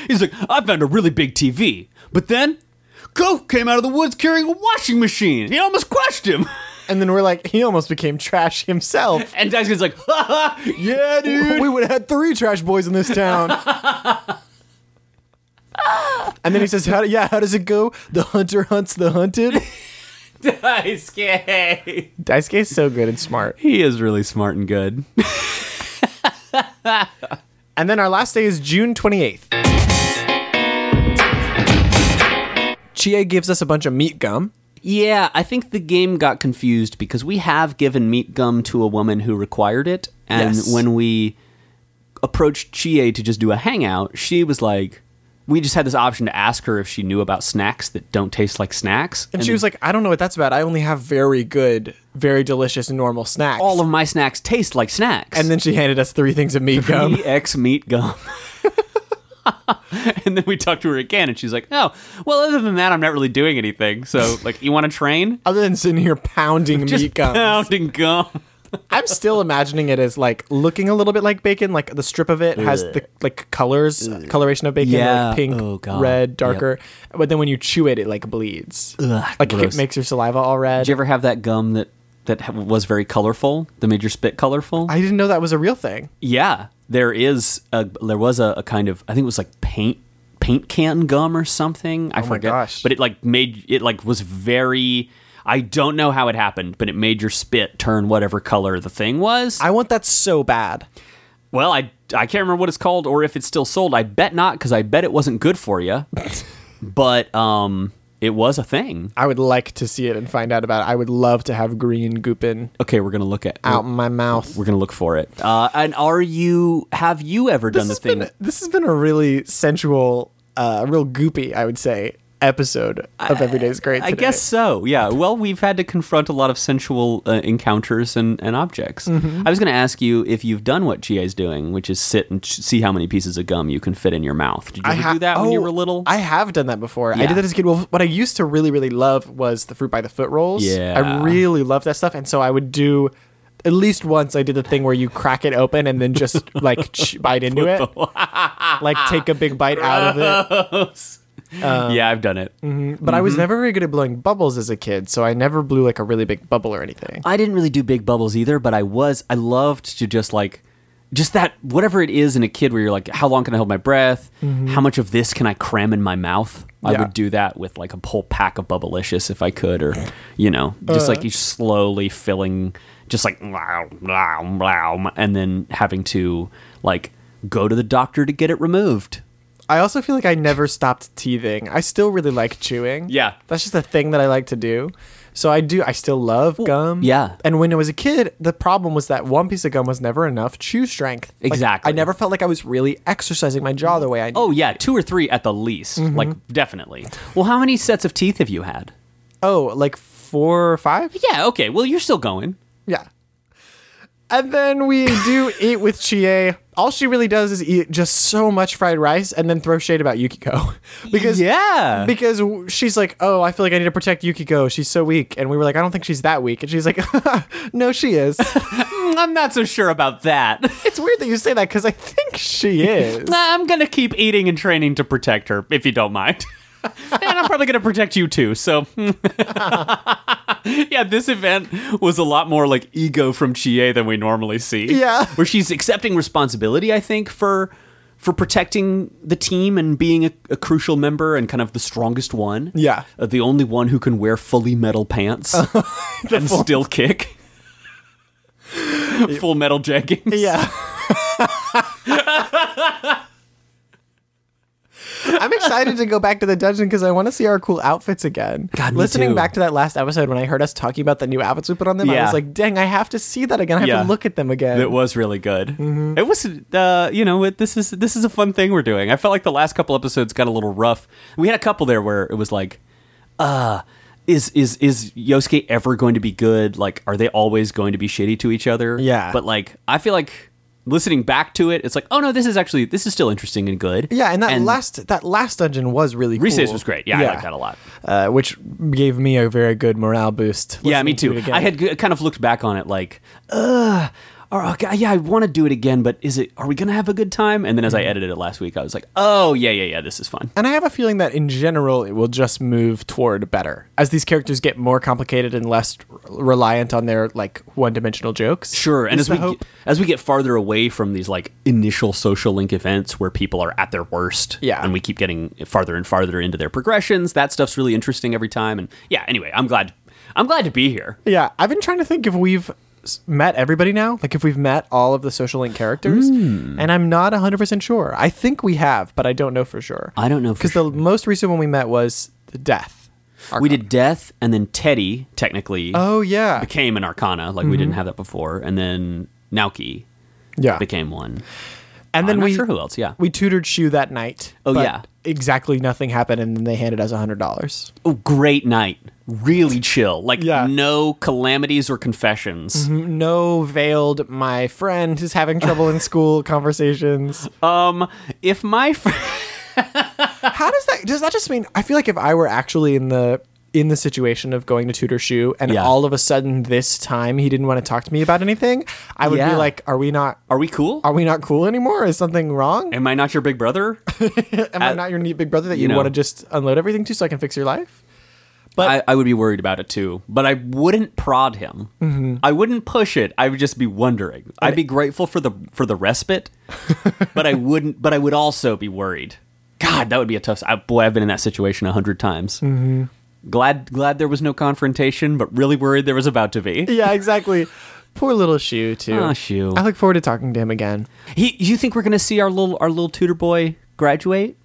Speaker 3: He's like, I found a really big TV, but then
Speaker 2: Go came out of the woods carrying a washing machine. He almost crushed him.
Speaker 1: And then we're like, he almost became trash himself.
Speaker 3: and Daisuke's like, ha ha, yeah, dude.
Speaker 1: we would have had three trash boys in this town. and then he says, how, "Yeah, how does it go? The hunter hunts the hunted."
Speaker 2: Daisuke.
Speaker 1: Daisuke's so good and smart.
Speaker 3: He is really smart and good.
Speaker 1: And then our last day is June 28th. Chie gives us a bunch of meat gum.
Speaker 2: Yeah, I think the game got confused because we have given meat gum to a woman who required it, and
Speaker 1: Yes.
Speaker 2: when we approached Chie to just do a hangout, she was like, "We just had this option to ask her if she knew about snacks that don't taste like snacks."
Speaker 1: And she was like, I don't know what that's about. I only have very good, very delicious, normal snacks.
Speaker 2: "All of my snacks taste like snacks."
Speaker 1: and then she handed us three things of meat gum.
Speaker 2: EX E meat gum. and then we talked to her again, and she's like, "Oh, well, other than that, I'm not really doing anything. So, like, you want to train?
Speaker 1: Other than sitting here pounding meat
Speaker 2: Just
Speaker 1: gum.
Speaker 2: pounding gum."
Speaker 1: I'm still imagining it as like looking a little bit like bacon. Like the strip of it has the like colors, coloration of bacon,
Speaker 2: Yeah.
Speaker 1: like pink,
Speaker 2: Oh, God.
Speaker 1: red, darker. But then when you chew it, it like bleeds. like
Speaker 2: gross.
Speaker 1: it makes your saliva all red.
Speaker 2: Did you ever have that gum that that ha- was very colorful? That made your spit colorful?
Speaker 1: I didn't know that was a real thing.
Speaker 2: yeah, there is a there was a, a kind of I think it was like paint paint can gum or something. I
Speaker 1: my
Speaker 2: forget.
Speaker 1: gosh.
Speaker 2: But it like made it like was very. I don't know how it happened, but it made your spit turn whatever color the thing was.
Speaker 1: I want that so bad.
Speaker 2: well, I I can't remember what it's called or if it's still sold. I bet not because I bet it wasn't good for you. but um, it was a thing.
Speaker 1: I would like to see it and find out about it. I would love to have green gooping
Speaker 2: Okay, we're gonna look at
Speaker 1: out my mouth.
Speaker 2: We're gonna look for it. Uh, and are you? Have you ever done the
Speaker 1: This has
Speaker 2: thing?
Speaker 1: been- this has been a really sensual, uh, real goopy, I would say, episode of Everyday's Great.
Speaker 2: I
Speaker 1: today.
Speaker 2: guess so. Yeah. Well, we've had to confront a lot of sensual uh, encounters and, and objects.
Speaker 1: Mm-hmm.
Speaker 2: I was going to ask you if you've done what GA's doing, which is sit and ch- see how many pieces of gum you can fit in your mouth. Did you
Speaker 1: I
Speaker 2: ever
Speaker 1: ha-
Speaker 2: do that when you
Speaker 1: oh,
Speaker 2: were little?
Speaker 1: I have done that before. I
Speaker 2: Yeah.
Speaker 1: did that as a kid. Well, what I used to really, really love was the fruit by the foot rolls. I
Speaker 2: Yeah.
Speaker 1: really loved that stuff, and so I would do. At least once, I did the thing where you crack it open and then just like ch- bite into it, like take a big bite out of it. um,
Speaker 2: yeah, I've done it.
Speaker 1: But I was
Speaker 2: Mm-hmm.
Speaker 1: never very good at blowing bubbles as a kid, so I never blew like a really big bubble or anything.
Speaker 2: I didn't really do big bubbles either, but I was I loved to just like just that whatever it is in a kid where you're like, how long can I hold my breath? How much of this can I cram in my mouth? I
Speaker 1: Mm-hmm. Yeah.
Speaker 2: would do that with like a whole pack of Bubblicious if I could, or you know, just
Speaker 1: Uh.
Speaker 2: like you slowly filling, just like wow, wow, wow, and then having to like go to the doctor to get it removed.
Speaker 1: I also feel like I never stopped teething. I still really like chewing.
Speaker 2: Yeah.
Speaker 1: That's just a thing that I like to do. So I do I still love gum.
Speaker 2: yeah.
Speaker 1: And when I was a kid, the problem was that one piece of gum was never enough chew strength. Like,
Speaker 2: Exactly.
Speaker 1: I never felt like I was really exercising my jaw the way I did.
Speaker 2: Oh yeah, two or three at the least,
Speaker 1: Mm-hmm.
Speaker 2: like definitely. Well, how many sets of teeth have you had?
Speaker 1: oh, like four or five?
Speaker 2: Yeah, okay. Well, you're still going.
Speaker 1: Yeah. And then we do eat with Chie. All she really does is eat just so much fried rice and then throw shade about Yukiko. because
Speaker 2: yeah,
Speaker 1: because w- she's like, "Oh, I feel like I need to protect Yukiko. She's so weak." And we were like, "I don't think she's that weak." And she's like, "No, she is."
Speaker 2: Mm, I'm not so sure about that.
Speaker 1: it's weird that you say that cuz I think she is.
Speaker 2: Nah, I'm gonna keep eating and training to protect her, if you don't mind. and I'm probably gonna protect you too. So, yeah, this event was a lot more like ego from Chie than we normally see.
Speaker 1: Yeah.
Speaker 2: where she's accepting responsibility, I think, for for protecting the team and being a, a crucial member and kind of the strongest one.
Speaker 1: Yeah.
Speaker 2: Uh, the only one who can wear fully metal pants and still kick. Full metal jeggings.
Speaker 1: yeah. I'm excited to go back to the dungeon cuz I want to see our cool outfits again.
Speaker 2: God, me
Speaker 1: Listening
Speaker 2: too.
Speaker 1: back to that last episode when I heard us talking about the new outfits we put on them, I
Speaker 2: Yeah.
Speaker 1: was like, "Dang, I have to see that again. I have
Speaker 2: Yeah.
Speaker 1: to look at them again." Mm-hmm.
Speaker 2: It was really good. It was, uh, you know, it, this is this is a fun thing we're doing. I felt like the last couple episodes got a little rough. We had a couple there where it was like, uh, is is is Yosuke ever going to be good? Like, are they always going to be shitty to each other?
Speaker 1: Yeah.
Speaker 2: But like, I feel like listening back to it, it's like, oh no, this is actually this is still interesting and good.
Speaker 1: Yeah, and that last that last dungeon was really cool.
Speaker 2: Resist was great. Yeah, I like that a lot.
Speaker 1: Uh, which gave me a very good morale boost.
Speaker 2: yeah, me
Speaker 1: listening to
Speaker 2: too.
Speaker 1: it again.
Speaker 2: I had g- kind of looked back on it like, ugh. Or, okay, yeah, I want to do it again, but is it? Are we gonna have a good time? And then as I
Speaker 1: Mm-hmm.
Speaker 2: edited it last week, I was like, "Oh yeah, yeah, yeah, this is fun."
Speaker 1: and I have a feeling that in general it will just move toward better as these characters get more complicated and less r- reliant on their like one-dimensional jokes.
Speaker 2: Sure, and
Speaker 1: Is
Speaker 2: as
Speaker 1: the
Speaker 2: we
Speaker 1: hope.
Speaker 2: as we get farther away from these like initial social link events where people are at their worst,
Speaker 1: Yeah.
Speaker 2: and we keep getting farther and farther into their progressions, that stuff's really interesting every time. And yeah, anyway, I'm glad I'm glad to be here.
Speaker 1: Yeah, I've been trying to think if we've s- met everybody now, like if we've met all of the social link characters,
Speaker 2: Hmm.
Speaker 1: and I'm not 100% sure. I think we have, but I don't know for sure.
Speaker 2: I don't know for
Speaker 1: Because the most recent one we met was the Death.
Speaker 2: We did death, and then Teddy technically
Speaker 1: Oh, Mm-hmm. yeah.
Speaker 2: became an Arcana, like we didn't have that before, and then Naoki
Speaker 1: Yeah.
Speaker 2: became one.
Speaker 1: And then
Speaker 2: I'm not
Speaker 1: we,
Speaker 2: sure who else. Yeah,
Speaker 1: we tutored Shu that night.
Speaker 2: Oh,
Speaker 1: but
Speaker 2: yeah.
Speaker 1: Exactly nothing happened, and then they handed us $100.
Speaker 2: oh, great night, really chill, like
Speaker 1: Yeah. Mm-hmm.
Speaker 2: no calamities or confessions.
Speaker 1: Um, No veiled, my friend is having trouble in school conversations.
Speaker 2: Um, if my friend.
Speaker 1: How does that does that just mean I feel like if I were actually in the in the situation of going to tutor shoe and
Speaker 2: Yeah.
Speaker 1: all of a sudden this time he didn't want to talk to me about anything, I would be
Speaker 2: Yeah.
Speaker 1: like, are we not
Speaker 2: Are we cool?
Speaker 1: are we not cool anymore? Is something wrong?
Speaker 2: Am I not your big brother?
Speaker 1: Am I not your neat big brother that you,
Speaker 2: know.
Speaker 1: want to just unload everything to so I can fix your life?
Speaker 2: But I, I would be worried about it too. But I wouldn't prod him.
Speaker 1: Mm-hmm.
Speaker 2: I wouldn't push it. I would just be wondering. I'd be grateful for the for the respite, but I wouldn't. But I would also be worried. God, that would be a tough. s- I, boy, I've been in that situation a hundred times. Mm-hmm. Glad glad there was no confrontation, but really worried there was about to be. Ah,
Speaker 1: Yeah, exactly. Poor little shoe too.
Speaker 2: Aw, Shu.
Speaker 1: I look forward to talking to him again.
Speaker 2: He, you think we're gonna see our little our little tutor boy graduate?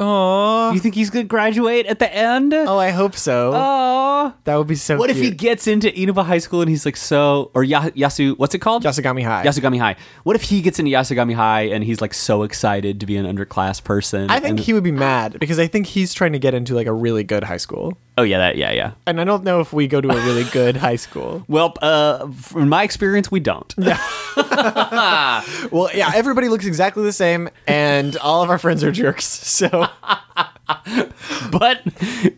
Speaker 1: Aww.
Speaker 2: You think he's gonna graduate at the end?
Speaker 1: Oh, I hope so.
Speaker 2: Aw.
Speaker 1: that would be so.
Speaker 2: What if he
Speaker 1: cute.
Speaker 2: gets into Inaba High School and he's like, so, or ya- Yasu, what's it called?
Speaker 1: Yasugami High?
Speaker 2: Yasugami High. What if he gets into Yasugami High and he's like so excited to be an underclass person?
Speaker 1: I think
Speaker 2: and-
Speaker 1: he would be mad because I think he's trying to get into like a really good high school.
Speaker 2: Oh yeah, that yeah yeah.
Speaker 1: And I don't know if we go to a really good high school.
Speaker 2: Well, uh, from my experience, we don't.
Speaker 1: Well, yeah, everybody looks exactly the same, and all of our friends are jerks. So
Speaker 2: but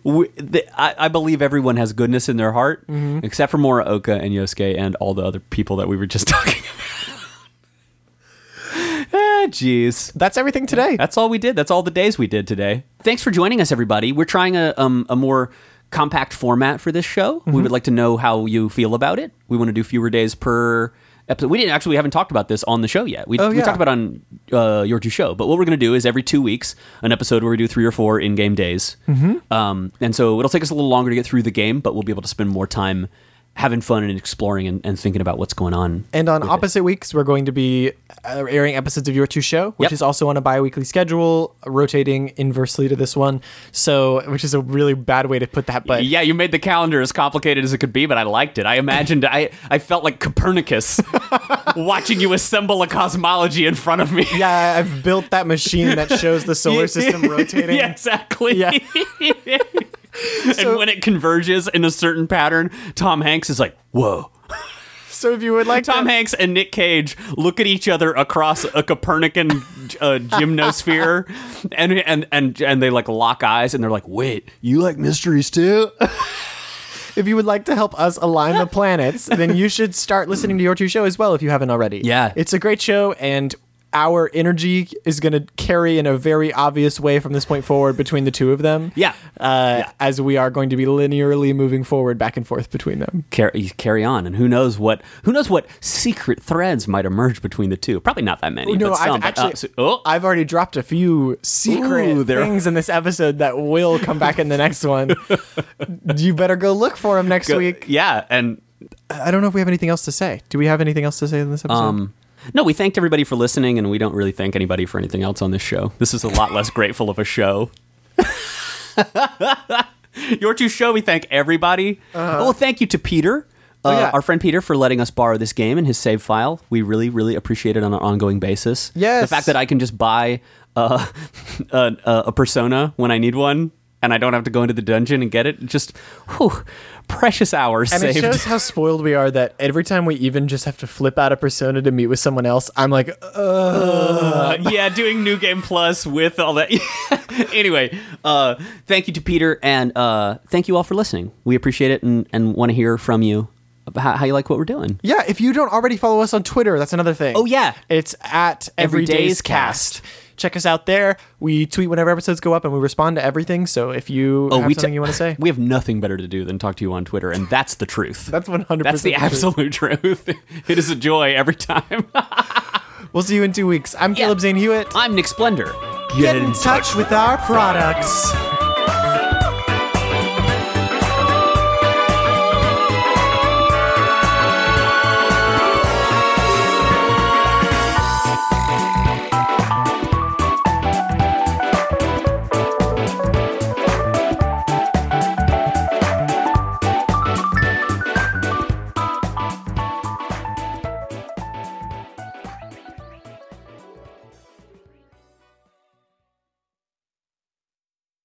Speaker 2: we, the, I, I believe everyone has goodness in their heart, except for Moraoka and Yosuke and all the other people that we were just talking about. ah, jeez.
Speaker 1: that's everything today.
Speaker 2: That's all we did. That's all the days we did today. Thanks for joining us, everybody. We're trying a, um, a more compact format for this show. We would like to know how you feel about it. We want to do fewer days per episode. We didn't actually we haven't talked about this on the show yet. We, we
Speaker 1: yeah.
Speaker 2: talked about it on uh, your two show, but what we're going to do is every two weeks an episode where we do three or four in game days. Um, and so it'll take us a little longer to get through the game, but we'll be able to spend more time having fun and exploring and, and thinking about what's going on.
Speaker 1: And on opposite weeks, we're going to be uh, airing episodes of Your Two Show, which
Speaker 2: Yep.
Speaker 1: is also on a bi weekly schedule, rotating inversely to this one. So, which is a really bad way to put that, but
Speaker 2: yeah, you made the calendar as complicated as it could be, but I liked it. I imagined I I felt like Copernicus watching you assemble a cosmology in front of me.
Speaker 1: yeah, I've built that machine that shows the solar system rotating.
Speaker 2: Yeah, exactly.
Speaker 1: Yeah.
Speaker 2: and when it converges in a certain pattern, Tom Hanks is like, "Whoa."
Speaker 1: So, if you would like
Speaker 2: Tom
Speaker 1: to,
Speaker 2: Hanks and Nick Cage look at each other across a Copernican uh, gymnosphere, and and and and they like lock eyes, and they're like, "Wait, you like mysteries too?"
Speaker 1: if you would like to help us align the planets, then you should start listening to your two show as well if you haven't already.
Speaker 2: Yeah.
Speaker 1: It's a great show and our energy is going to carry in a very obvious way from this point forward between the two of them.
Speaker 2: Yeah.
Speaker 1: Uh,
Speaker 2: Yeah.
Speaker 1: As we are going to be linearly moving forward back and forth between them.
Speaker 2: carry, carry on, and who knows what who knows what secret threads might emerge between the two. Probably not that many.
Speaker 1: No,
Speaker 2: but
Speaker 1: I've
Speaker 2: some, but, uh,
Speaker 1: actually,
Speaker 2: so- oh,
Speaker 1: I've already dropped a few secret
Speaker 2: Ooh, there-
Speaker 1: things in this episode that will come back in the next one. you better go look for them next week.
Speaker 2: yeah, and
Speaker 1: I don't know if we have anything else to say. Do we have anything else to say in this episode?
Speaker 2: um, no, we thanked everybody for listening, and we don't really thank anybody for anything else on this show. This is a lot less grateful of a show. Your two show, we thank everybody. Oh, thank you to Peter. Uh,
Speaker 1: Uh-huh. Oh, yeah.
Speaker 2: Our friend Peter for letting us borrow this game and his save file. We really, really appreciate it on an ongoing basis.
Speaker 1: Yes.
Speaker 2: The fact that I can just buy uh, a, a, a persona when I need one and I don't have to go into the dungeon and get it. Just whew, precious hours
Speaker 1: And
Speaker 2: saved.
Speaker 1: it shows how spoiled we are that every time we even just have to flip out a persona to meet with someone else, I'm like, uh,
Speaker 2: Uh, yeah, doing New Game Plus with all that. anyway, uh, thank you to Peter, and uh, thank you all for listening. We appreciate it and, and want to hear from you about how, how you like what we're doing.
Speaker 1: yeah. If you don't already follow us on Twitter, that's another thing.
Speaker 2: Oh, yeah.
Speaker 1: it's at Everyday's
Speaker 2: Everyday's
Speaker 1: Cast. Check us out there. We tweet whenever episodes go up, and we respond to everything. So if you have
Speaker 2: ta-
Speaker 1: something you want to say,
Speaker 2: We have nothing better to do than talk to you on Twitter, and that's the truth.
Speaker 1: that's 100.
Speaker 2: that's the absolute truth. it is a joy every time.
Speaker 1: We'll see you in two weeks. I'm Caleb Zane Hewitt.
Speaker 2: I'm Nick Splendor.
Speaker 1: Get in touch with our products.